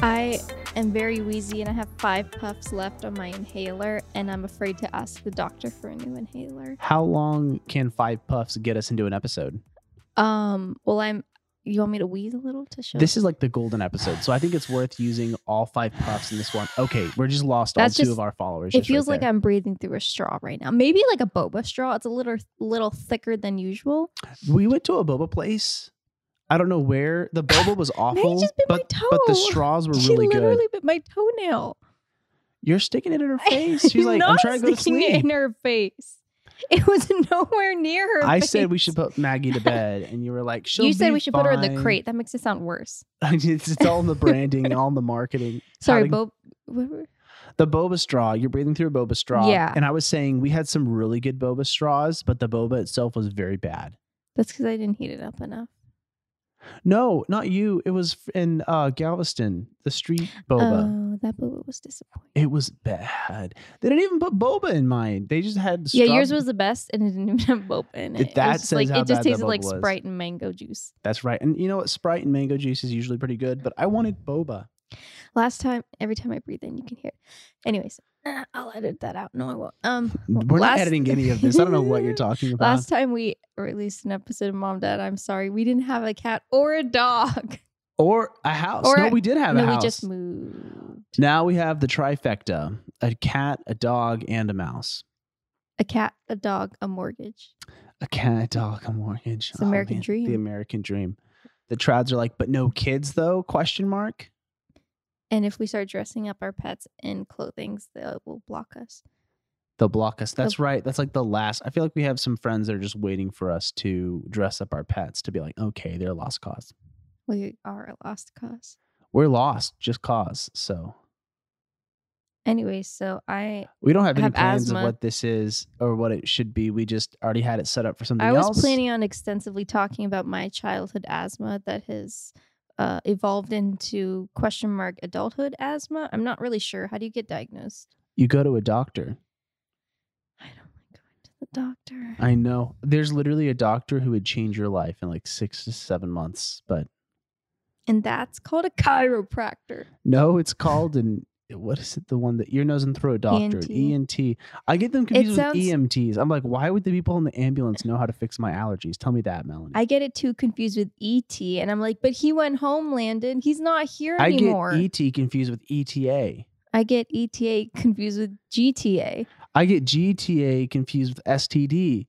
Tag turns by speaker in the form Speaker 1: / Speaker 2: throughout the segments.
Speaker 1: I am very wheezy and I have five puffs left on my inhaler, and I'm afraid to ask the doctor for a new inhaler.
Speaker 2: How long can five puffs get us into an episode?
Speaker 1: Um, well, I'm. You want me to wheeze a little to show?
Speaker 2: This is like the golden episode, so I think it's worth using all five puffs in this one. Okay, we're just lost all
Speaker 1: That's
Speaker 2: two
Speaker 1: just-
Speaker 2: of our followers.
Speaker 1: It
Speaker 2: just right
Speaker 1: feels like
Speaker 2: there.
Speaker 1: I'm breathing through a straw right now. Maybe like a boba straw. It's a little little thicker than usual.
Speaker 2: we went to a boba place. I don't know where the boba was
Speaker 1: Maybe
Speaker 2: awful,
Speaker 1: it just bit my
Speaker 2: but
Speaker 1: toe.
Speaker 2: but the straws were
Speaker 1: she
Speaker 2: really good.
Speaker 1: literally bit my toenail.
Speaker 2: You're sticking it in her face. She's like,
Speaker 1: Not
Speaker 2: I'm trying to go to
Speaker 1: sticking it
Speaker 2: sleep.
Speaker 1: in her face. It was nowhere near her.
Speaker 2: I said we
Speaker 1: face.
Speaker 2: should put Maggie to bed, and you were like, She'll
Speaker 1: You said
Speaker 2: be
Speaker 1: we should put her in the
Speaker 2: fine."
Speaker 1: crate. That makes it sound worse.
Speaker 2: it's, it's all in the branding, all in the marketing.
Speaker 1: Sorry,
Speaker 2: to-
Speaker 1: Bo. what were-
Speaker 2: The boba straw, you're breathing through a boba straw.
Speaker 1: Yeah.
Speaker 2: And I was saying we had some really good boba straws, but the boba itself was very bad.
Speaker 1: That's because I didn't heat it up enough.
Speaker 2: No, not you. It was in uh, Galveston, the street boba.
Speaker 1: Oh, that boba was disappointing.
Speaker 2: it was bad. They didn't even put boba in mine. They just had
Speaker 1: Yeah,
Speaker 2: straw-
Speaker 1: yours was the best, and it didn't even have boba in
Speaker 2: If
Speaker 1: it. It was
Speaker 2: that
Speaker 1: just
Speaker 2: says
Speaker 1: like
Speaker 2: how
Speaker 1: it
Speaker 2: bad
Speaker 1: just
Speaker 2: that
Speaker 1: tasted like
Speaker 2: boba was.
Speaker 1: Sprite and mango juice.
Speaker 2: That's right. And you know what? Sprite and mango juice is usually pretty good, but I wanted boba.
Speaker 1: Last time, every time I breathe in, you can hear it. Anyways, uh, I'll edit that out. No, I won't. Um, well,
Speaker 2: We're
Speaker 1: last-
Speaker 2: not editing any of this. I don't know what you're talking about.
Speaker 1: Last time we released an episode of Mom Dad, I'm sorry, we didn't have a cat or a dog.
Speaker 2: or a house.
Speaker 1: Or
Speaker 2: no,
Speaker 1: a-
Speaker 2: we did have
Speaker 1: no,
Speaker 2: a
Speaker 1: we
Speaker 2: house.
Speaker 1: just moved.
Speaker 2: Now we have the trifecta a cat, a dog, and a mouse.
Speaker 1: A cat, a dog, a mortgage.
Speaker 2: a cat, a dog, a mortgage.
Speaker 1: It's the American dream.
Speaker 2: The American dream. The trads are like, but no kids though? Question mark.
Speaker 1: And if we start dressing up our pets in clothings, they will block us.
Speaker 2: They'll block us. That's right. That's like the last. I feel like we have some friends that are just waiting for us to dress up our pets to be like, okay, they're lost cause.
Speaker 1: We are a lost cause.
Speaker 2: We're lost, just cause. So
Speaker 1: Anyway, so I
Speaker 2: we don't have any
Speaker 1: Have
Speaker 2: plans
Speaker 1: asthma.
Speaker 2: of what this is or what it should be. We just already had it set up for something
Speaker 1: I was
Speaker 2: else.
Speaker 1: planning on extensively talking about my childhood asthma that has uh, evolved into question mark adulthood asthma. I'm not really sure. How do you get diagnosed?
Speaker 2: you go to a doctor.
Speaker 1: I don't like going to the doctor.
Speaker 2: I know. There's literally a doctor who would change your life in like six to seven months, but
Speaker 1: and that's called a chiropractor.
Speaker 2: No, it's called an what is it? The one that ear, nose, and throat
Speaker 1: E
Speaker 2: doctor, an ENT.
Speaker 1: ENT.
Speaker 2: I get them confused
Speaker 1: sounds-
Speaker 2: with EMTs. I'm like, why would the people in the ambulance know how to fix my allergies? Tell me that, Melanie.
Speaker 1: I get it too confused with ET, and I'm like, but he went home, Landon. He's not here
Speaker 2: I
Speaker 1: anymore.
Speaker 2: get E ET confused with ETA.
Speaker 1: I get ETA confused with GTA.
Speaker 2: I get GTA confused with STD.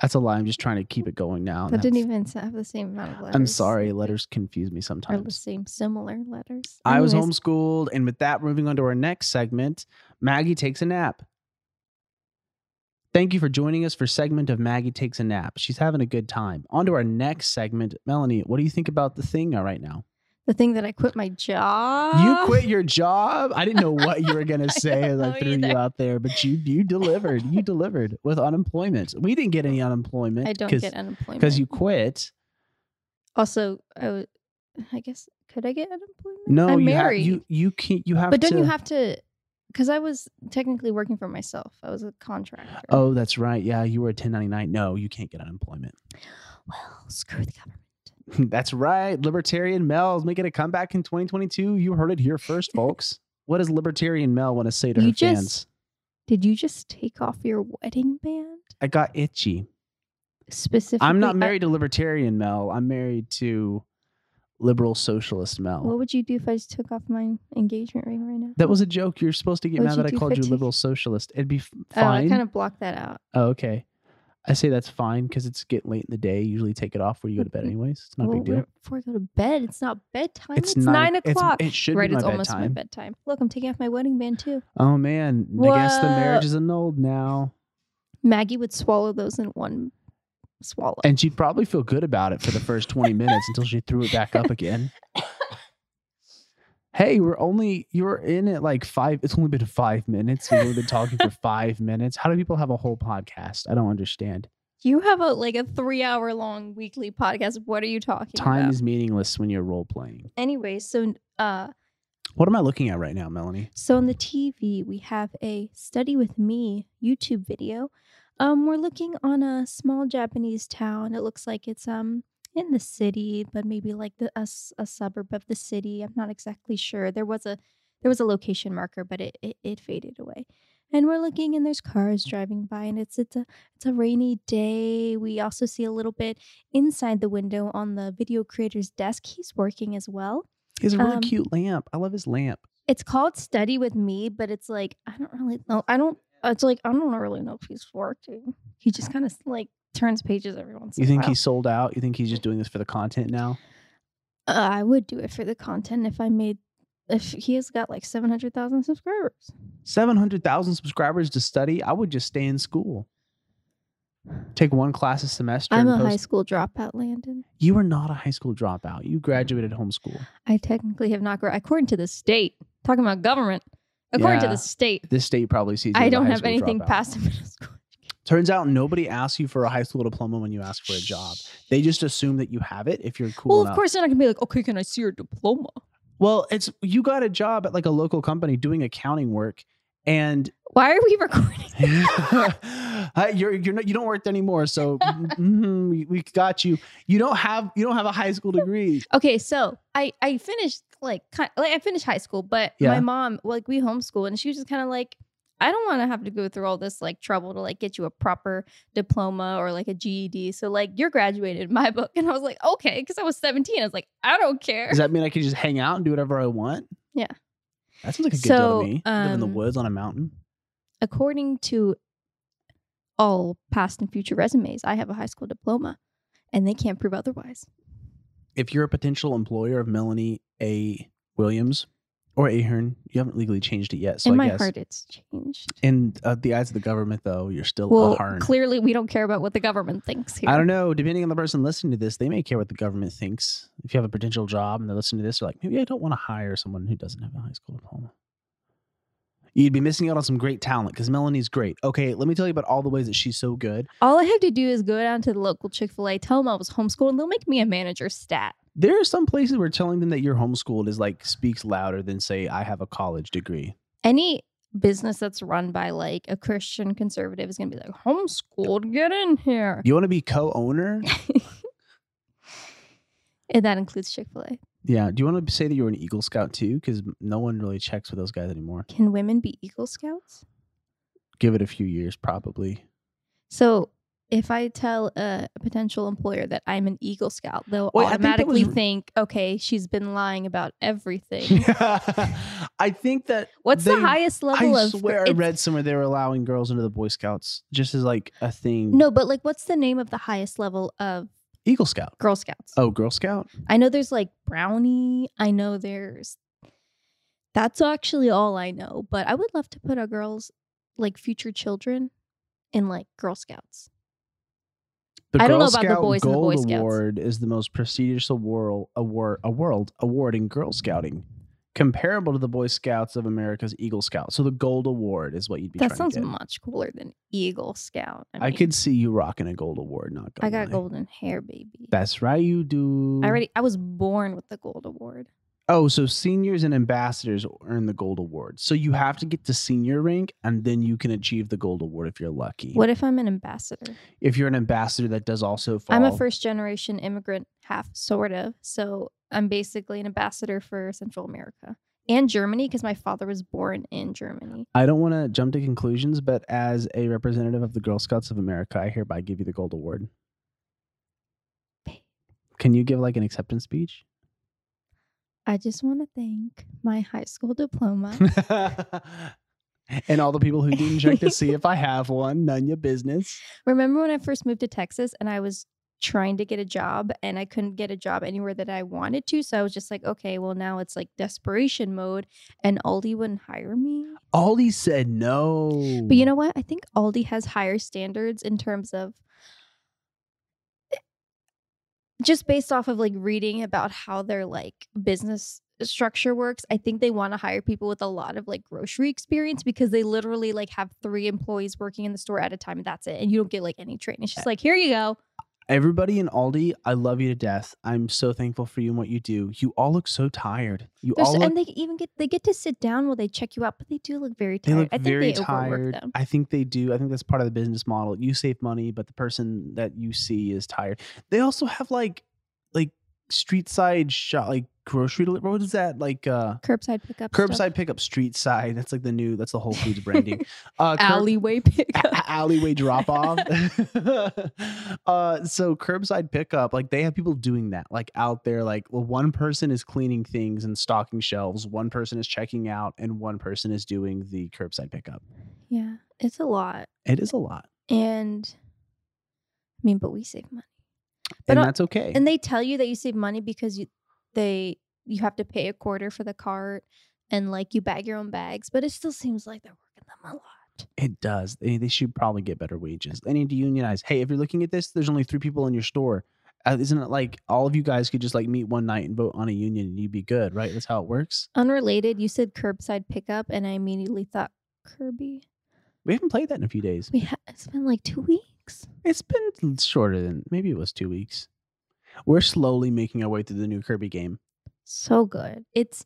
Speaker 2: That's a lie. I'm just trying to keep it going now.
Speaker 1: That didn't
Speaker 2: Oh, That's-
Speaker 1: even s- have the same amount of letters.
Speaker 2: I'm sorry. Letters confuse me
Speaker 1: Or the
Speaker 2: sometimes.
Speaker 1: same similar letters.
Speaker 2: I was
Speaker 1: Anyways,
Speaker 2: homeschooled, and with that, moving on to our next segment, Maggie takes a nap. Thank you for joining us for segment of Maggie takes a nap. She's having a good time. On to our next segment, Melanie. What do you think about the thing right now?
Speaker 1: The thing that I quit my job.
Speaker 2: You quit your job. I didn't know what you were gonna say as I
Speaker 1: Uh, know
Speaker 2: threw you
Speaker 1: either.
Speaker 2: out there, but you you delivered. You delivered with unemployment. We didn't get any unemployment.
Speaker 1: Oh, I don't get unemployment.
Speaker 2: because you quit.
Speaker 1: also, I, w- I guess could I get unemployment?
Speaker 2: No,
Speaker 1: I'm
Speaker 2: you
Speaker 1: married.
Speaker 2: have you you can't you have
Speaker 1: but
Speaker 2: to.
Speaker 1: don't you have to? Because I was technically working for myself. I was a contractor.
Speaker 2: Oh, that's right. Yeah, you were a 1099. No, you can't get unemployment.
Speaker 1: well, screw the government.
Speaker 2: That's right. Libertarian Mel is making a comeback in 2022. You heard it here first, folks. what does Libertarian Mel want to say to
Speaker 1: You
Speaker 2: her
Speaker 1: just-
Speaker 2: fans?
Speaker 1: Did you just take off your wedding band
Speaker 2: I got itchy.
Speaker 1: specifically?
Speaker 2: I'm not
Speaker 1: I-
Speaker 2: married to Libertarian Mel. I'm married to Liberal Socialist Mel.
Speaker 1: what would you do if I just took off my engagement ring right now?
Speaker 2: that was a joke. You're supposed to get
Speaker 1: What'd
Speaker 2: mad
Speaker 1: you
Speaker 2: that I
Speaker 1: do
Speaker 2: called
Speaker 1: for
Speaker 2: you
Speaker 1: tea?
Speaker 2: Liberal Socialist. It'd be f-
Speaker 1: Oh, I
Speaker 2: fine.
Speaker 1: kind of blocked that out.
Speaker 2: oh, okay. I say that's fine because it's getting late in the day. You usually take it off where you go to bed,
Speaker 1: Mhm.
Speaker 2: anyways. It's not a
Speaker 1: Well,
Speaker 2: big deal.
Speaker 1: we're- Before I go to bed, it's not bedtime. It's,
Speaker 2: nine-
Speaker 1: nine o'clock.
Speaker 2: It's, it should
Speaker 1: right,
Speaker 2: be my
Speaker 1: it's almost my
Speaker 2: bedtime.
Speaker 1: bedtime. Look, I'm taking off my wedding band too.
Speaker 2: Oh man, I guess the marriage
Speaker 1: Whoa.
Speaker 2: is annulled now,
Speaker 1: Maggie would swallow those in one swallow.
Speaker 2: and she'd probably feel good about it for the first twenty minutes until she threw it back up again. Hey, we're only you were in it like five. It's only been five minutes. We've only been talking for five minutes. How do people have a whole podcast? I don't understand.
Speaker 1: you have a like a three hour long weekly podcast. What are you talking
Speaker 2: Time
Speaker 1: about?
Speaker 2: is meaningless when you're role playing.
Speaker 1: anyway, so uh
Speaker 2: What am I looking at right now, Melanie?
Speaker 1: so on the TV we have a study with me YouTube video. Um we're looking on a small Japanese town. It looks like it's um in the city, but maybe like the a, s- a suburb of the city. I'm not exactly sure. There was a there was a location marker, but it, it it faded away. And we're looking, and there's cars driving by, and it's it's a it's a rainy day. We also see a little bit inside the window on the video creator's desk. He's working as well.
Speaker 2: He has a really
Speaker 1: Um,
Speaker 2: cute lamp. I love his lamp.
Speaker 1: It's called Study with Me, but it's like I don't really know. I don't. It's like I don't really know if he's working. He just kind of like turns pages every once.
Speaker 2: You
Speaker 1: in a
Speaker 2: think
Speaker 1: while.
Speaker 2: he's sold out? You think he's just doing this for the content now?
Speaker 1: Uh, I would do it for the content if I made. If he has got like seven hundred thousand subscribers,
Speaker 2: Seven hundred thousand subscribers to study. I would just stay in school. Take one class a semester.
Speaker 1: I'm
Speaker 2: and
Speaker 1: a
Speaker 2: post.
Speaker 1: high school dropout, Landon.
Speaker 2: You are not a high school dropout. You graduated homeschool.
Speaker 1: I technically have not grown according to the state. Talking about government, according to
Speaker 2: Yeah.
Speaker 1: the state,
Speaker 2: This state probably sees. You
Speaker 1: I
Speaker 2: as a
Speaker 1: don't
Speaker 2: high
Speaker 1: have
Speaker 2: school
Speaker 1: anything
Speaker 2: dropout.
Speaker 1: past the middle school.
Speaker 2: Turns out nobody asks you for a high school diploma when you ask for a job. They just assume that you have it if you're cool
Speaker 1: well,
Speaker 2: enough.
Speaker 1: of course they're not gonna be like, okay, can I see your diploma?
Speaker 2: Well, it's you got a job at like a local company doing accounting work, and
Speaker 1: Why are we recording?
Speaker 2: uh, you're you're not, you don't work there anymore. So mhm, we, we got you. You don't have you don't have a high school degree.
Speaker 1: Okay, so I I finished like kind like I finished high school, but
Speaker 2: Yeah.
Speaker 1: my mom like we homeschool and she was just kind of like I don't want to have to go through all this like trouble to like get you a proper diploma or like a GED. So like you're graduated in my book and I was like okay because I was 17. I was like I don't care.
Speaker 2: Does that mean I can just hang out and do whatever I want?
Speaker 1: Yeah.
Speaker 2: That sounds like a good deal
Speaker 1: So,
Speaker 2: to me. Live in the
Speaker 1: um,
Speaker 2: woods on a mountain.
Speaker 1: According to all past and future resumes, I have a high school diploma and they can't prove otherwise.
Speaker 2: If you're a potential employer of Melanie A. Williams or Ahern, you haven't legally changed it yet. So
Speaker 1: in
Speaker 2: I
Speaker 1: my
Speaker 2: guess
Speaker 1: heart it's changed.
Speaker 2: in uh, the eyes of the government, though, you're still
Speaker 1: Well,
Speaker 2: Ahern.
Speaker 1: clearly we don't care about what the government thinks here.
Speaker 2: I don't know. Depending on the person listening to this, they may care what the government thinks. If you have a potential job and they're listening to this, they're like, maybe I don't want to hire someone who doesn't have a high school diploma. You'd be missing out on some great talent because Melanie's great. Okay, let me tell you about all the ways that she's so good.
Speaker 1: All I have to do is go down to the local Chick fil A, tell them I was homeschooled, and they'll make me a manager stat.
Speaker 2: There are some places where telling them that you're homeschooled is like speaks louder than say I have a college degree.
Speaker 1: Any business that's run by like a Christian conservative is going to be like, homeschooled, get in here.
Speaker 2: You want to be co-owner?
Speaker 1: and that includes Chick fil A.
Speaker 2: yeah. Do you want to say that you're an Eagle Scout too? Because no one really checks with those guys anymore.
Speaker 1: Can women be Eagle Scouts?
Speaker 2: Give it a few years, probably.
Speaker 1: So if I tell a potential employer that I'm an Eagle Scout, they'll
Speaker 2: Wait, I think that
Speaker 1: automatically
Speaker 2: was-
Speaker 1: think, okay, she's been lying about everything.
Speaker 2: I think that
Speaker 1: What's
Speaker 2: They-
Speaker 1: the highest level
Speaker 2: I
Speaker 1: of
Speaker 2: swear I
Speaker 1: it's-
Speaker 2: read somewhere they were allowing girls into the Boy Scouts just as like a thing.
Speaker 1: No, but like, what's the name of the highest level of
Speaker 2: Eagle Scout.
Speaker 1: Girl Scouts?
Speaker 2: Oh, Girl Scout.
Speaker 1: I know there's like brownie. I know there's. That's actually all I know. But I would love to put our girls, like future children, in like Girl Scouts.
Speaker 2: The
Speaker 1: I don't know
Speaker 2: Girl
Speaker 1: about the
Speaker 2: Scout
Speaker 1: boys and the Boy
Speaker 2: Gold
Speaker 1: Scouts.
Speaker 2: Award is the most prestigious award award a world award in Girl Scouting, comparable to the Boy Scouts of America's Eagle Scout. So the Gold Award is what you'd be.
Speaker 1: that
Speaker 2: trying
Speaker 1: sounds
Speaker 2: to get.
Speaker 1: much cooler than Eagle Scout. I,
Speaker 2: I,
Speaker 1: mean,
Speaker 2: could see you rocking a Gold Award. Not. Gonna
Speaker 1: I got
Speaker 2: lie.
Speaker 1: golden hair, baby.
Speaker 2: That's right, you do.
Speaker 1: I already. I was born with the gold award.
Speaker 2: Oh, so seniors and ambassadors earn the Gold Award. So you have to get to senior rank, and then you can achieve the Gold Award if you're lucky.
Speaker 1: What if I'm an ambassador?
Speaker 2: if you're an ambassador that does also fall.
Speaker 1: I'm a first generation immigrant, half sort of. So I'm basically an ambassador for Central America and Germany because my father was born in Germany.
Speaker 2: I don't want to jump to conclusions, but as a representative of the Girl Scouts of America, I hereby give you the gold award.
Speaker 1: Babe.
Speaker 2: Can you give like an acceptance speech?
Speaker 1: I just want to thank my high school diploma.
Speaker 2: and all the people who didn't check to see if I have one, none your business.
Speaker 1: Remember when I first moved to Texas and I was trying to get a job and I couldn't get a job anywhere that I wanted to? So I was just like, okay, well, now it's like desperation mode and Aldi wouldn't hire me.
Speaker 2: Aldi said no.
Speaker 1: But you know what? I think Aldi has higher standards in terms of just based off of like reading about how their like business structure works. I think they want to hire people with a lot of like grocery experience because they literally like have three employees working in the store at a time. That's it. And you don't get like any training.
Speaker 2: Eh.
Speaker 1: It's just like, here you go.
Speaker 2: everybody in Aldi, I love you to death. I'm so thankful for you and what you do. You all look so tired. You
Speaker 1: There's,
Speaker 2: all look
Speaker 1: and they even get they get to sit down while they check you out, but they do look very
Speaker 2: They
Speaker 1: tired.
Speaker 2: look
Speaker 1: I think
Speaker 2: very
Speaker 1: they
Speaker 2: tired.
Speaker 1: overwork them.
Speaker 2: I think they do. I think that's part of the business model. You save money, but the person that you see is tired. They also have like like street side shop, like grocery delivery. What is that? Like uh
Speaker 1: Curbside pickup.
Speaker 2: curbside
Speaker 1: stuff.
Speaker 2: pickup, street side. That's like the new. That's the Whole Foods branding. Uh, curb-
Speaker 1: Alleyway pickup.
Speaker 2: alleyway drop off. uh, so curbside pickup, like they have people doing that, like out there, like well, one person is cleaning things and stocking shelves, one person is checking out, and one person is doing the curbside pickup.
Speaker 1: yeah, it's a lot,
Speaker 2: It is a lot,
Speaker 1: and I mean, but we save money. But
Speaker 2: and
Speaker 1: uh,
Speaker 2: that's okay.
Speaker 1: And they tell you that you save money because you they you have to pay a quarter for the cart, and like you bag your own bags, but it still seems like they're working them a lot.
Speaker 2: it does. They, they should probably get better wages. They need to unionize. Hey, if you're looking at this, there's only three people in your store. Uh, isn't it like all of you guys could just like meet one night and vote on a union and you'd be good, right? That's how it works.
Speaker 1: Unrelated, you said curbside pickup, and I immediately thought Kirby.
Speaker 2: We haven't played that in a few days.
Speaker 1: We ha- it's been like two weeks.
Speaker 2: It's been shorter than maybe it was two weeks. We're slowly making our way through the new Kirby game.
Speaker 1: So good. It's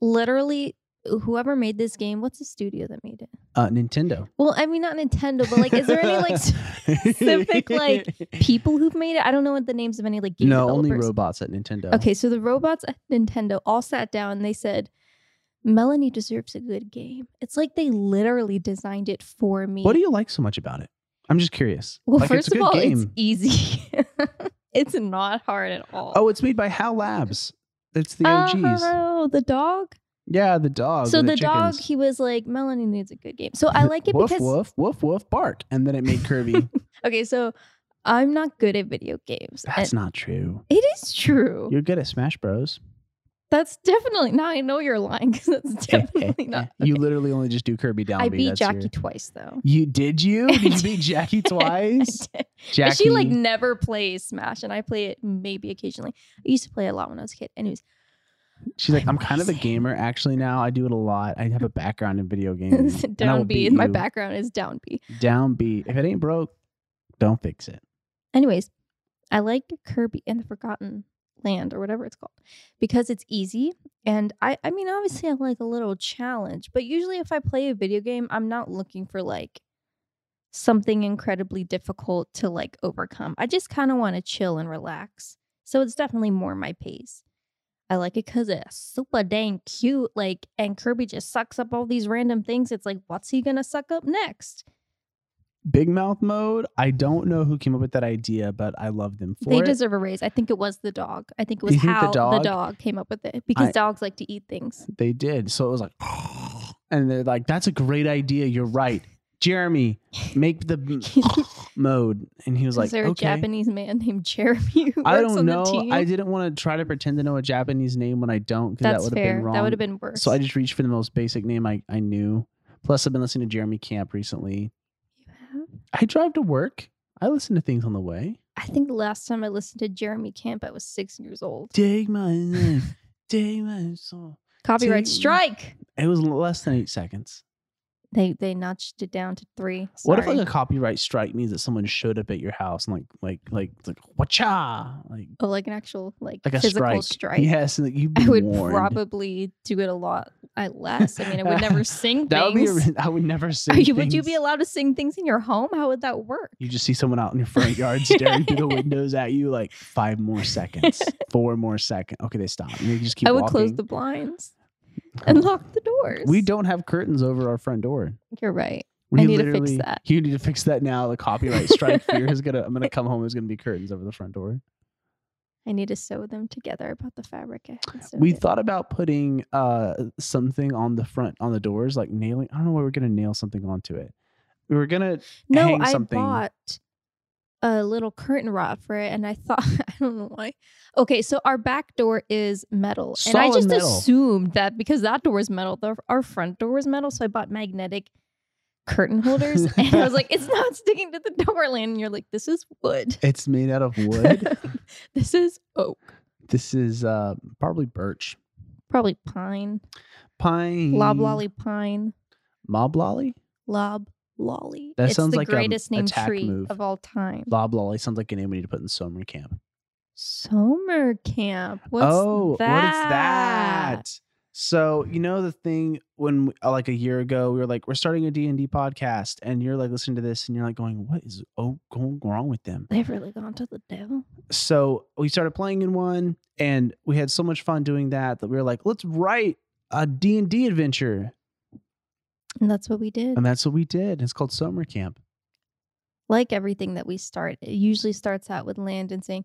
Speaker 1: literally whoever made this game. What's the studio that made it?
Speaker 2: Uh, Nintendo.
Speaker 1: Well, I mean, not Nintendo, but like, is there any like specific, like, people who've made it? I don't know what the names of any like game
Speaker 2: No,
Speaker 1: developers.
Speaker 2: only robots at Nintendo.
Speaker 1: Okay, so the robots at Nintendo all sat down and they said, Melanie deserves a good game. It's like they literally designed it for me.
Speaker 2: What do you like so much about it? I'm just curious.
Speaker 1: well,
Speaker 2: like,
Speaker 1: first
Speaker 2: it's a good
Speaker 1: of all,
Speaker 2: game.
Speaker 1: it's easy. it's not hard at all.
Speaker 2: oh, it's made by HAL Labs. It's the OGs.
Speaker 1: Oh, the dog.
Speaker 2: yeah, the dog.
Speaker 1: so
Speaker 2: and
Speaker 1: the, dog,
Speaker 2: chickens.
Speaker 1: he was like, Melanie needs a good game. So I like it
Speaker 2: woof,
Speaker 1: because
Speaker 2: woof woof woof bark, and then it made Kirby.
Speaker 1: okay, so I'm not good at video games.
Speaker 2: That's
Speaker 1: and
Speaker 2: not true.
Speaker 1: it is true.
Speaker 2: You're good at Smash Bros.
Speaker 1: that's definitely now I know you're lying because that's
Speaker 2: Eh, eh,
Speaker 1: definitely
Speaker 2: eh.
Speaker 1: not.
Speaker 2: You
Speaker 1: okay.
Speaker 2: literally only just do Kirby down
Speaker 1: I
Speaker 2: B,
Speaker 1: beat
Speaker 2: that's your-
Speaker 1: Jackie twice though.
Speaker 2: You did you?
Speaker 1: I
Speaker 2: Did you
Speaker 1: did.
Speaker 2: beat Jackie
Speaker 1: I
Speaker 2: twice?
Speaker 1: did.
Speaker 2: Jackie.
Speaker 1: But she like never plays Smash, and I play it maybe occasionally. I used to play a lot when I was a kid. Anyways,
Speaker 2: She's like,
Speaker 1: I'm
Speaker 2: I'm kind of a
Speaker 1: amazing."
Speaker 2: gamer actually now. I do it a lot. I have a background in video games. Mm. and I will
Speaker 1: down B.
Speaker 2: beat
Speaker 1: My
Speaker 2: you.
Speaker 1: background is down B.
Speaker 2: Down B. If it ain't broke, don't fix it.
Speaker 1: Anyways, I like Kirby and the Forgotten Land or whatever it's called because it's easy. And I, I mean, obviously, I like a little challenge, but usually, if I play a video game, I'm not looking for like something incredibly difficult to like overcome. I just kind of want to chill and relax. So it's definitely more my pace. I like it because it's super dang cute. Like, and Kirby just sucks up all these random things. It's like, what's he gonna suck up next?
Speaker 2: Big mouth mode. I don't know who came up with that idea, but I love them for
Speaker 1: they
Speaker 2: it.
Speaker 1: deserve a raise. I think it was the dog. I think it was
Speaker 2: You think the
Speaker 1: how the dog?
Speaker 2: dog-
Speaker 1: came up with it because
Speaker 2: I-
Speaker 1: dogs like to eat things.
Speaker 2: they did. So it was like, and they're like, that's a great idea. You're right. Jeremy, make the mode. And he was
Speaker 1: Is
Speaker 2: like,
Speaker 1: there a
Speaker 2: okay.
Speaker 1: Japanese man named Jeremy who works
Speaker 2: I don't
Speaker 1: on
Speaker 2: know.
Speaker 1: the team?
Speaker 2: I didn't want to try to pretend to know a Japanese name when I don't because that
Speaker 1: That's
Speaker 2: would have
Speaker 1: fair.
Speaker 2: been wrong.
Speaker 1: That would have been worse.
Speaker 2: So I just reached for the most basic name I, I knew. Plus, I've been listening to Jeremy Camp recently.
Speaker 1: You have?
Speaker 2: I drive to work. I listen to things on the way.
Speaker 1: I think the last time I listened to Jeremy Camp, I was six years old.
Speaker 2: Take my life, take my soul.
Speaker 1: Copyright
Speaker 2: Ding.
Speaker 1: strike.
Speaker 2: It was l- less than eight seconds.
Speaker 1: They they notched it down to three.
Speaker 2: What if
Speaker 1: Sorry.
Speaker 2: like a copyright strike means that someone showed up at your house and like like like like whatcha like
Speaker 1: oh, like an actual like,
Speaker 2: like a
Speaker 1: physical
Speaker 2: strike?
Speaker 1: strike?
Speaker 2: Yes, and like, you'd be
Speaker 1: I would
Speaker 2: warned.
Speaker 1: probably do it a lot I less. I mean, I would never sing
Speaker 2: That would be.
Speaker 1: things.
Speaker 2: a- I would never say.
Speaker 1: Are you- would you be
Speaker 2: things.
Speaker 1: allowed to sing things in your home? How would that work?
Speaker 2: You just see someone out in your front yard staring through the windows at you like five more seconds, four more seconds. Okay, they stop. And they just keep
Speaker 1: I would
Speaker 2: walking.
Speaker 1: close the blinds and lock the doors.
Speaker 2: We don't have curtains over our front door.
Speaker 1: You're right.
Speaker 2: We
Speaker 1: I need to fix
Speaker 2: literally-
Speaker 1: that.
Speaker 2: You need to fix that now. The copyright strike fear is gonna. I'm gonna come home. There's gonna be curtains over the front door.
Speaker 1: I need to sew them together. About the fabric, I haven't sewed
Speaker 2: We
Speaker 1: it.
Speaker 2: thought about putting uh something on the front on the doors, like nailing. I don't know why we're gonna nail something onto it. We were gonna.
Speaker 1: no,
Speaker 2: hang
Speaker 1: I
Speaker 2: something.
Speaker 1: bought a little curtain rod for it, and I thought I don't know why. Okay, so our back door is metal, and
Speaker 2: Solid
Speaker 1: I just
Speaker 2: metal.
Speaker 1: assumed that because that door is metal, the, our front door is metal. So I bought magnetic curtain holders, and I was like, "It's not sticking to the door, Lynn. And you're like, "This is wood.
Speaker 2: It's made out of wood.
Speaker 1: this is oak,
Speaker 2: this is uh probably birch,
Speaker 1: probably pine,
Speaker 2: pine, Mm.
Speaker 1: loblolly pine."
Speaker 2: loblolly.
Speaker 1: Lob Lolly.
Speaker 2: That
Speaker 1: it's
Speaker 2: sounds
Speaker 1: the
Speaker 2: like a
Speaker 1: greatest named
Speaker 2: attack
Speaker 1: tree
Speaker 2: move.
Speaker 1: of all time.
Speaker 2: Lob Lolly sounds like a name we need to put in Summer Camp.
Speaker 1: Summer camp. What's
Speaker 2: oh,
Speaker 1: that?
Speaker 2: what is that? So you know the thing when uh, like a year ago we were like we're starting a D and D podcast and you're like listening to this and you're like going what is oh going wrong with them?
Speaker 1: They've really gone to the devil.
Speaker 2: So we started playing in one and we had so much fun doing that that we were like let's write a D and D adventure
Speaker 1: And that's what we did.
Speaker 2: and that's what we did. It's called Summer Camp.
Speaker 1: like everything that we start, it usually starts out with Landon saying,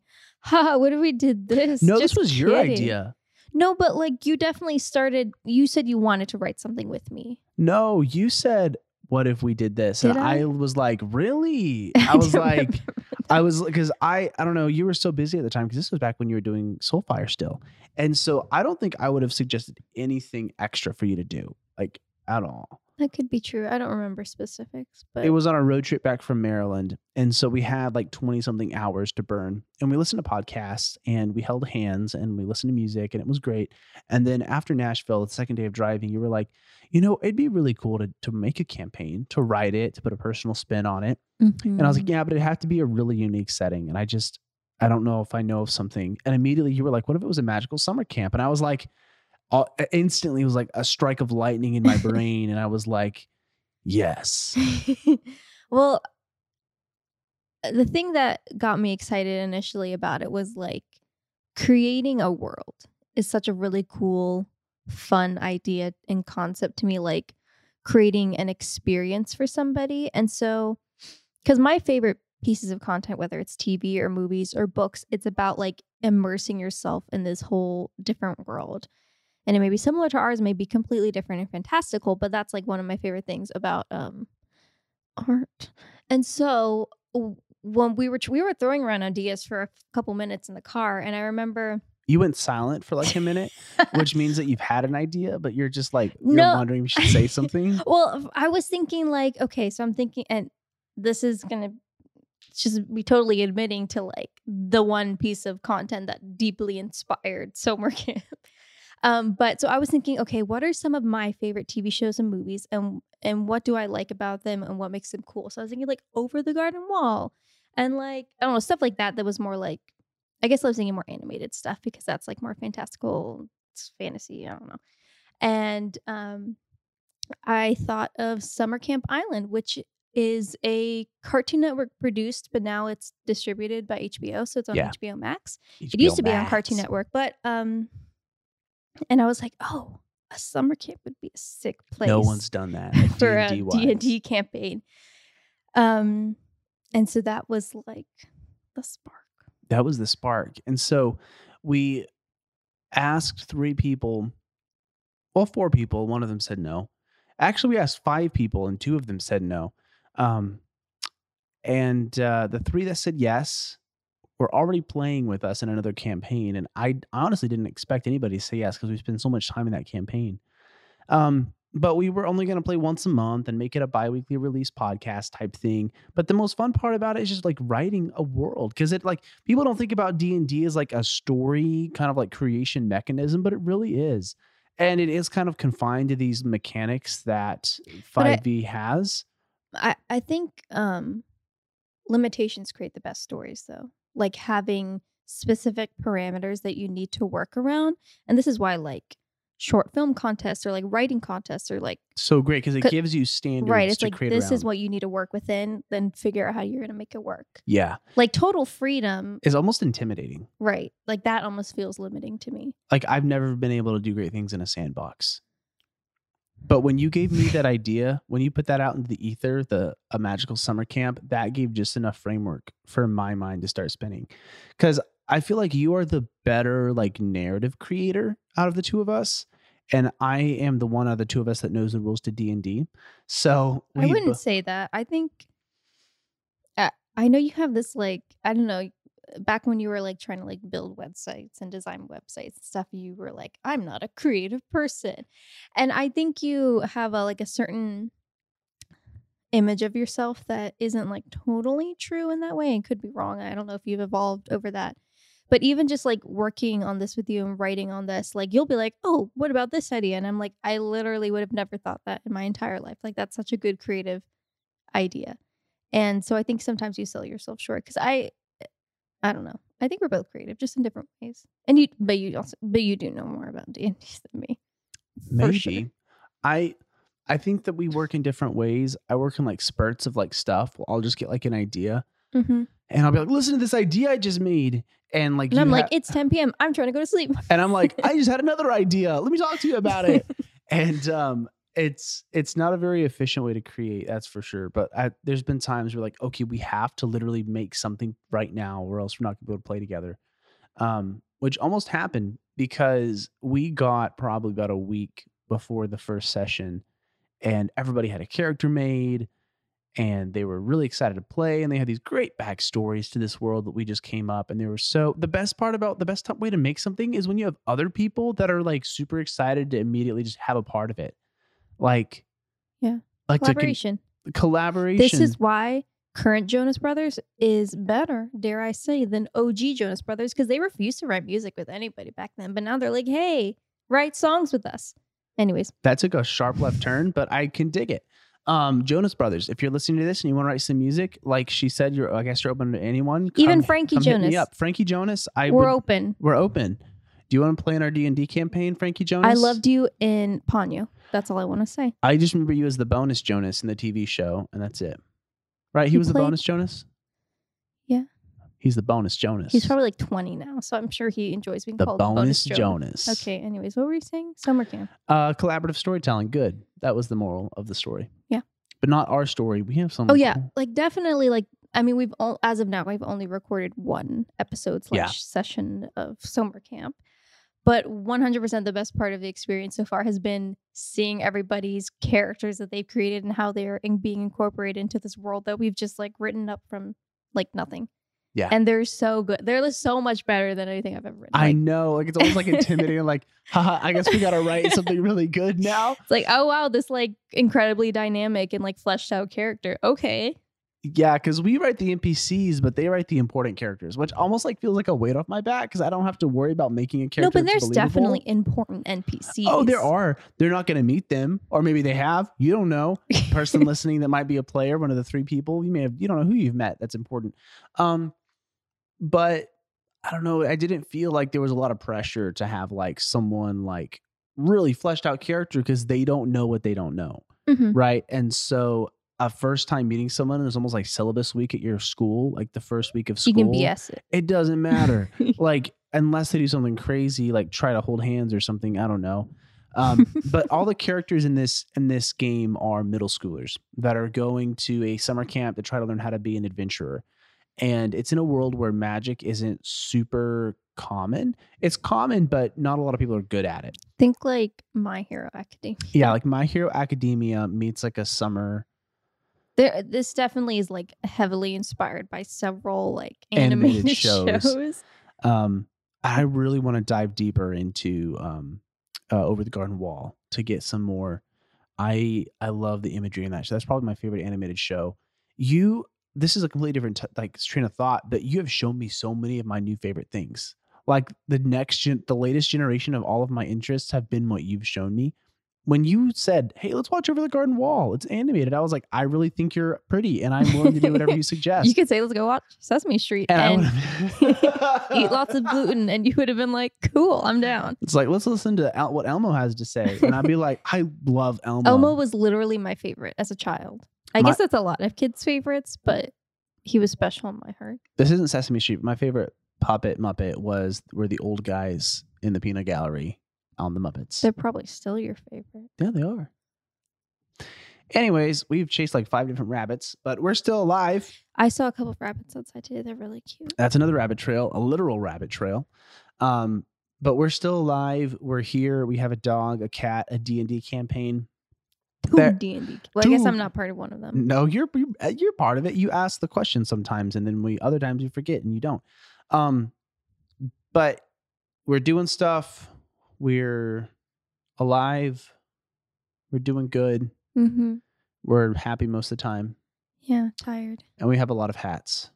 Speaker 1: "Ha, what if we did this?"
Speaker 2: No,
Speaker 1: Just
Speaker 2: this was your
Speaker 1: kidding."
Speaker 2: idea.
Speaker 1: No, but like you definitely started. You said you wanted to write something with me.
Speaker 2: No, you said what if we did this?
Speaker 1: Did
Speaker 2: and
Speaker 1: I?
Speaker 2: I? was like really. I was
Speaker 1: don't
Speaker 2: like.
Speaker 1: remember.
Speaker 2: I was because I I don't know you were so busy at the time because this was back when you were doing Soulfire still, and so I don't think I would have suggested anything extra for you to do like at all.
Speaker 1: that could be true. I don't remember specifics, but
Speaker 2: It was on our road trip back from Maryland, and so we had like twenty something hours to burn, and we listened to podcasts, and we held hands, and we listened to music, and it was great. And then after Nashville, the second day of driving, you were like, you know, it'd be really cool to to make a campaign, to write it, to put a personal spin on it.
Speaker 1: Mm-hmm.
Speaker 2: And I
Speaker 1: Mm.
Speaker 2: was like, yeah, but it'd have to be a really unique setting. And I just, I don't know if I know of something. And immediately you were like, what if it was a magical summer camp? And I was like, all, instantly it was like a strike of lightning in my brain. and I was like, yes.
Speaker 1: Mhm. well, uh, the thing that got me excited initially about it was like creating a world is such a really cool, fun idea and concept to me. Like creating an experience for somebody. And so, because my favorite pieces of content, whether it's TV or movies or books, it's about like immersing yourself in this whole different world. And it may be similar to ours, may be completely different and fantastical, but that's like one of my favorite things about um, art. And so w- when we were we were throwing around ideas for a couple minutes in the car, and I remember
Speaker 2: You went silent for like a minute, which means that you've had an idea, but you're just like, you're
Speaker 1: No.
Speaker 2: wondering if you should say something.
Speaker 1: Well, if- I was thinking like, okay, so I'm thinking, and this is gonna it's just be totally admitting to like the one piece of content that deeply inspired Summer Camp. Um, but so I was thinking, okay, what are some of my favorite TV shows and movies, and and what do I like about them, and what makes them cool? So I was thinking like Over the Garden Wall, and like I don't know stuff like that that was more like, I guess I was thinking more animated stuff because that's like more fantastical, it's fantasy. I don't know, and um, I thought of Summer Camp Island, which is a Cartoon Network produced, but now it's distributed by HBO, so it's on
Speaker 2: Yeah.
Speaker 1: HBO Max. It used to be on Cartoon Network, but um, and I was like, oh, a summer camp would be a sick place.
Speaker 2: No one's done that.
Speaker 1: for
Speaker 2: D&D
Speaker 1: a D and D campaign. Um, and so that was like the spark.
Speaker 2: that was the spark. And so we asked three people, well, four people. One of them said no. Actually, we asked five people, and two of them said no. Um, and uh, the three that said yes were already playing with us in another campaign. And I honestly didn't expect anybody to say yes because we spend so much time in that campaign. Um, but we were only going to play once a month and make it a bi weekly release podcast type thing. But the most fun part about it is just like writing a world because it like people don't think about d&d as like a story kind of like creation mechanism but it really is and it is kind of confined to these mechanics that
Speaker 1: But I-
Speaker 2: 5e has
Speaker 1: I I think um, limitations create the best stories, though. Like having specific parameters that you need to work around, and this is why like short film contests or like writing contests or like
Speaker 2: so great because
Speaker 1: Co-
Speaker 2: it gives you standards
Speaker 1: right, it's
Speaker 2: to
Speaker 1: like
Speaker 2: create
Speaker 1: this is
Speaker 2: around.
Speaker 1: what you need to work within, then figure out how you're gonna make it work.
Speaker 2: yeah
Speaker 1: Like total freedom,
Speaker 2: it's almost intimidating
Speaker 1: right? Like that almost feels limiting to me.
Speaker 2: like i've never been able to do great things in a sandbox but when you gave me that idea when you put that out into the ether the a magical summer camp that gave just enough framework for my mind to start spinning because i feel like you are the better like narrative creator out of the two of us and i am the one out of the two of us that knows the rules to d&d so
Speaker 1: I
Speaker 2: we
Speaker 1: wouldn't
Speaker 2: bo-
Speaker 1: say that. I think I, I know you have this like I don't know back when you were like trying to like build websites and design websites and stuff you were like I'm not a creative person. And I think you have a like a certain image of yourself that isn't like totally true in that way and could be wrong. I don't know if you've evolved over that. But even just like working on this with you and writing on this, like you'll be like, oh, what about this idea? And I'm like, I literally would have never thought that in my entire life. Like that's such a good creative idea. And so I think sometimes you sell yourself short because I, I don't know. I think we're both creative, just in different ways. And you, but you also, but you do know more about D and D than me. For
Speaker 2: Maybe.
Speaker 1: sure.
Speaker 2: I I think that we work in different ways. I work in like spurts of like stuff. I'll just get like an idea
Speaker 1: Mm-hmm.
Speaker 2: and I'll be like, listen to this idea I just made. And like
Speaker 1: And I'm
Speaker 2: you
Speaker 1: like,
Speaker 2: ha-
Speaker 1: it's 10 p.m. I'm trying to go to sleep.
Speaker 2: and I'm like, I just had another idea. Let me talk to you about it. and um it's it's not a very efficient way to create that's for sure but I, there's been times where like okay we have to literally make something right now or else we're not going to be able to play together um which almost happened because we got probably about a week before the first session and everybody had a character made and they were really excited to play and they had these great backstories to this world that we just came up and they were so the best part about the best t- way to make something is when you have other people that are like super excited to immediately just have a part of it like
Speaker 1: Yeah.
Speaker 2: like to con-
Speaker 1: Collaboration.
Speaker 2: collaboration
Speaker 1: This is why current Jonas Brothers is better, dare I say, than OG Jonas Brothers because they refused to write music with anybody back then. But now they're like, hey, write songs with us. Anyways,
Speaker 2: that took a sharp left turn, but I can dig it. Um, Jonas Brothers, if you're listening to this and you want to write some music, like she said, you're I guess you're open to anyone. Come-
Speaker 1: Even Frankie
Speaker 2: come hit me
Speaker 1: Jonas.
Speaker 2: up. Frankie Jonas, I
Speaker 1: we're
Speaker 2: would-
Speaker 1: open.
Speaker 2: we're open. Do you want to play in our D and D campaign, Frankie Jonas?
Speaker 1: I loved you in Ponyo. That's all I want to say.
Speaker 2: I just remember you as the bonus Jonas in the TV show, and that's it. Right? He,
Speaker 1: He
Speaker 2: was the
Speaker 1: played-
Speaker 2: bonus Jonas.
Speaker 1: Yeah.
Speaker 2: he's the bonus Jonas.
Speaker 1: He's probably like 20 now, so I'm sure he enjoys being
Speaker 2: the
Speaker 1: called
Speaker 2: bonus, Jonas.
Speaker 1: Okay, anyways, what were you saying? Summer camp.
Speaker 2: Uh, collaborative storytelling. Good. That was the moral of the story.
Speaker 1: Yeah.
Speaker 2: But not our story. We have some.
Speaker 1: Oh yeah, like definitely like I mean we've all as of now I've only recorded one episode slash
Speaker 2: Yeah.
Speaker 1: session of summer camp. But 100% the best part of the experience so far has been seeing everybody's characters that they've created and how they're in being incorporated into this world that we've just like written up from like nothing.
Speaker 2: Yeah.
Speaker 1: And they're so good. They're so much better than anything I've ever written.
Speaker 2: I
Speaker 1: Like,
Speaker 2: know. Like it's almost like intimidating. Like, haha, I guess we gotta write something really good now.
Speaker 1: It's like, oh wow, this like incredibly dynamic and like fleshed out character. Okay.
Speaker 2: Yeah, because we write the NPCs, but they write the important characters, which almost like feels like a weight off my back because I don't have to worry about making a character.
Speaker 1: no, but there's
Speaker 2: that's believable.
Speaker 1: definitely important NPCs.
Speaker 2: Oh, there are. They're not going to meet them, or maybe they have. You don't know. Person listening that might be a player, one of the three people you may have. You don't know who you've met. That's important. Um, but I don't know. I didn't feel like there was a lot of pressure to have like someone like really fleshed out character because they don't know what they don't know,
Speaker 1: Mhm.
Speaker 2: right? And so a first time meeting someone is almost like syllabus week at your school, like the first week of
Speaker 1: You
Speaker 2: school.
Speaker 1: can BS it.
Speaker 2: It doesn't matter like unless they do something crazy like try to hold hands or something i don't know um, but all the characters in this in this game are middle schoolers that are going to a summer camp to try to learn how to be an adventurer and it's in a world where magic isn't super common it's common but not a lot of people are good at it
Speaker 1: Think like My Hero Academia.
Speaker 2: yeah like my hero academia meets like a summer
Speaker 1: There, this definitely is like heavily inspired by several like
Speaker 2: Animated
Speaker 1: animated,
Speaker 2: shows.
Speaker 1: shows.
Speaker 2: um, I really want to dive deeper into um, uh, Over the Garden Wall to get some more. I I love the imagery in that. So that's probably my favorite animated show. You, this is a completely different t- like train of thought, but you have shown me so many of my new favorite things. Like the next gen, the latest generation of all of my interests have been what you've shown me. When you said, "Hey, let's watch Over the Garden Wall," it's animated. I was like, "I really think you're pretty, and I'm willing to do whatever you suggest."
Speaker 1: You could say, "Let's go watch Sesame Street
Speaker 2: and I
Speaker 1: and,
Speaker 2: would've-
Speaker 1: eat lots of gluten," and you would have been like, "Cool, I'm down."
Speaker 2: It's like let's listen to El- what Elmo has to say, and I'd be like, I love Elmo.
Speaker 1: Elmo was literally my favorite as a child. I
Speaker 2: My-
Speaker 1: guess that's a lot of kids' favorites, but he was special in my heart.
Speaker 2: this isn't Sesame Street. My favorite puppet Muppet was were the old guys in the peanut gallery on the Muppets.
Speaker 1: They're probably still your favorite.
Speaker 2: yeah, they are. Anyways, we've chased like five different rabbits, but we're still alive.
Speaker 1: I saw a couple of rabbits outside today. They're really cute.
Speaker 2: That's another rabbit trail, a literal rabbit trail. Um, but we're still alive. We're here. We have a dog, a cat, a D and D campaign. They're-
Speaker 1: Two D and D. Well, I guess
Speaker 2: Two-
Speaker 1: I'm not part of one of them.
Speaker 2: No, you're you- uh, you're part of it. You ask the question sometimes, and then we other times you forget and you don't. Um, but we're doing stuff. We're alive. We're doing good.
Speaker 1: Mm-hmm.
Speaker 2: We're happy most of the time,
Speaker 1: Yeah, tired.
Speaker 2: and we have a lot of hats,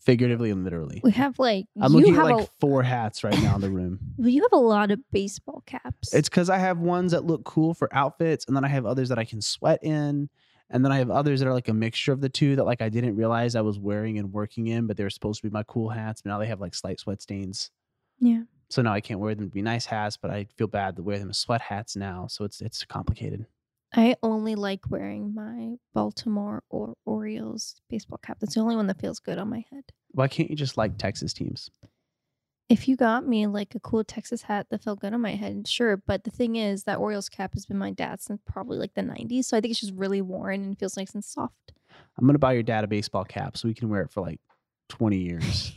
Speaker 2: figuratively and literally.
Speaker 1: We have like
Speaker 2: I'm
Speaker 1: you
Speaker 2: looking
Speaker 1: have
Speaker 2: at like
Speaker 1: a
Speaker 2: four hats right now in the room.
Speaker 1: well, you have a lot of baseball caps.
Speaker 2: It's because I have ones that look cool for outfits, and then I have others that I can sweat in, and then I have others that are like a mixture of the two that like I didn't realize I was wearing and working in, but they were supposed to be my cool hats, but now they have like slight sweat stains.
Speaker 1: yeah.
Speaker 2: So now I can't wear them to be nice hats, but I feel bad to wear them as sweat hats now. So it's it's complicated.
Speaker 1: I only like wearing my Baltimore or Orioles baseball cap. That's the only one that feels good on my head.
Speaker 2: Why can't you just like Texas teams?
Speaker 1: If you got me like a cool Texas hat that felt good on my head, sure. But the thing is, that Orioles cap has been my dad's since probably like the 90s. So I think it's just really worn and feels nice and soft.
Speaker 2: I'm gonna buy your dad a baseball cap so we can wear it for like 20 years.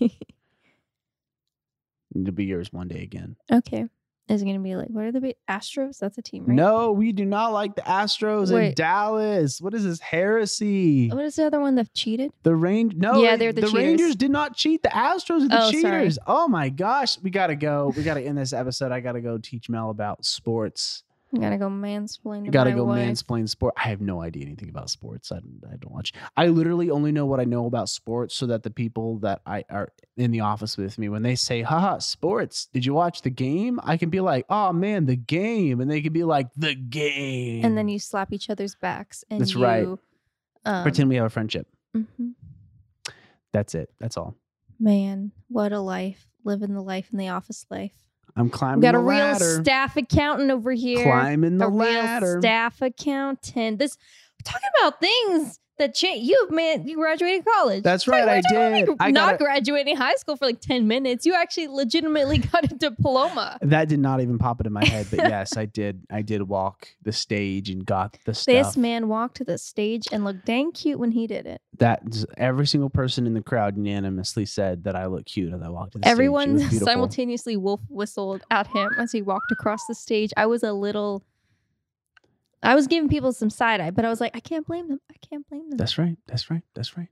Speaker 2: It'll be yours one day again.
Speaker 1: okay. Is it going to be like, what are the ba- Astros? That's a team, right?
Speaker 2: No, we do not like the Astros in
Speaker 1: Wait.
Speaker 2: Dallas. What is this heresy?
Speaker 1: What is the other one that cheated?
Speaker 2: The range, no,
Speaker 1: Yeah,
Speaker 2: it-
Speaker 1: they're the cheaters.
Speaker 2: Rangers did not cheat. The Astros are the
Speaker 1: Oh, sorry.
Speaker 2: cheaters. Oh my gosh, we gotta go. We gotta end this episode. I gotta go teach Mel about sports.
Speaker 1: I gotta go mansplain.
Speaker 2: I
Speaker 1: to
Speaker 2: gotta
Speaker 1: my
Speaker 2: go
Speaker 1: wife.
Speaker 2: mansplain sport. I have no idea anything about sports. I, I don't watch. I literally only know what I know about sports, so that the people that I are in the office with me, when they say, "Haha, sports," did you watch the game? I can be like, "Oh man, the game," and they can be like, "The game,"
Speaker 1: And then you slap each other's backs and
Speaker 2: That's
Speaker 1: you,
Speaker 2: right.
Speaker 1: Um,
Speaker 2: pretend we have a friendship.
Speaker 1: mhm.
Speaker 2: That's it. That's all.
Speaker 1: Man, what a life! Living the life in the office life.
Speaker 2: I'm
Speaker 1: We
Speaker 2: climbing.
Speaker 1: got
Speaker 2: the
Speaker 1: a real
Speaker 2: ladder.
Speaker 1: staff accountant over here.
Speaker 2: climbing
Speaker 1: a
Speaker 2: the ladder.
Speaker 1: real staff accountant. This talking about things that change. You man, you graduated college.
Speaker 2: That's
Speaker 1: Like,
Speaker 2: right, I
Speaker 1: we're talking
Speaker 2: did.
Speaker 1: about, like,
Speaker 2: I got
Speaker 1: not
Speaker 2: a-
Speaker 1: graduating high school for like ten minutes. You actually legitimately got a diploma.
Speaker 2: That did not even pop into my head, but yes, I did. I did walk the stage and got the stuff.
Speaker 1: This man walked to the stage and looked dang cute when he did it.
Speaker 2: That every single person in the crowd unanimously said that I look cute as I walked. To the
Speaker 1: Everyone
Speaker 2: stage. It was beautiful.
Speaker 1: simultaneously wolf whistled at him as he walked across the stage. I was a little. I was giving people some side eye, but I was like, I can't blame them. I can't blame them.
Speaker 2: That's right. That's right. That's right.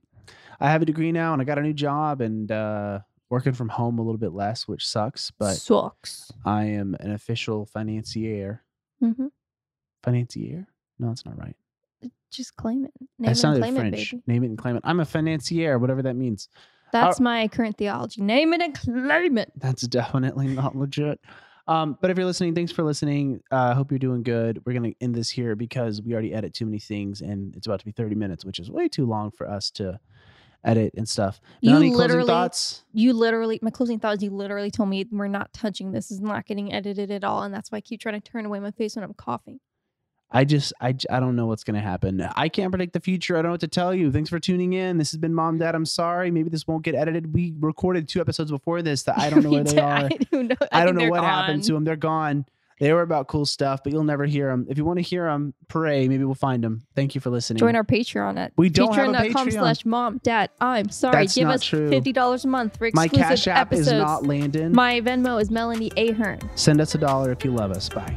Speaker 2: I have a degree now, and I got a new job, and uh, working from home a little bit less, which sucks. But
Speaker 1: sucks.
Speaker 2: I am an official financier.
Speaker 1: hmm
Speaker 2: Financier? No, that's not right.
Speaker 1: Just claim it. Name
Speaker 2: That
Speaker 1: it and
Speaker 2: sounded
Speaker 1: claim
Speaker 2: French.
Speaker 1: it, baby.
Speaker 2: Name it and claim it. I'm a financier, whatever that means.
Speaker 1: That's my current theology. Name it and claim it.
Speaker 2: That's definitely not legit. Um, but if you're listening, thanks for listening. Uh, I hope you're doing good. We're gonna end this here because we already edit too many things, and it's about to be 30 minutes, which is way too long for us to edit and stuff.
Speaker 1: You
Speaker 2: Melanie, closing
Speaker 1: literally-
Speaker 2: thoughts.
Speaker 1: You literally, my closing thought is you literally told me we're not touching this. is not getting edited at all. And that's why I keep trying to turn away my face when I'm coughing.
Speaker 2: I just, I, j- I don't know what's gonna happen. I can't predict the future. I don't know what to tell you. Thanks for tuning in. This has been Mom, Dad. I'm sorry. Maybe this won't get edited. We recorded two episodes before this that I don't know where they are.
Speaker 1: I don't know,
Speaker 2: I, don't
Speaker 1: think
Speaker 2: know
Speaker 1: they're
Speaker 2: what happened
Speaker 1: gone.
Speaker 2: to them. They're gone. They were about cool stuff, but you'll never hear them. If you want to hear them, pray. Maybe we'll find them. Thank you for listening.
Speaker 1: Join our Patreon at
Speaker 2: We don't have a Patreon.
Speaker 1: slash mom, dad, I'm sorry.
Speaker 2: That's
Speaker 1: Give
Speaker 2: not
Speaker 1: us
Speaker 2: true.
Speaker 1: $50 a month for
Speaker 2: My
Speaker 1: exclusive
Speaker 2: Cash App
Speaker 1: episodes.
Speaker 2: is not Landon.
Speaker 1: My Venmo is Melanie Ahern.
Speaker 2: Send us a dollar if you love us. Bye.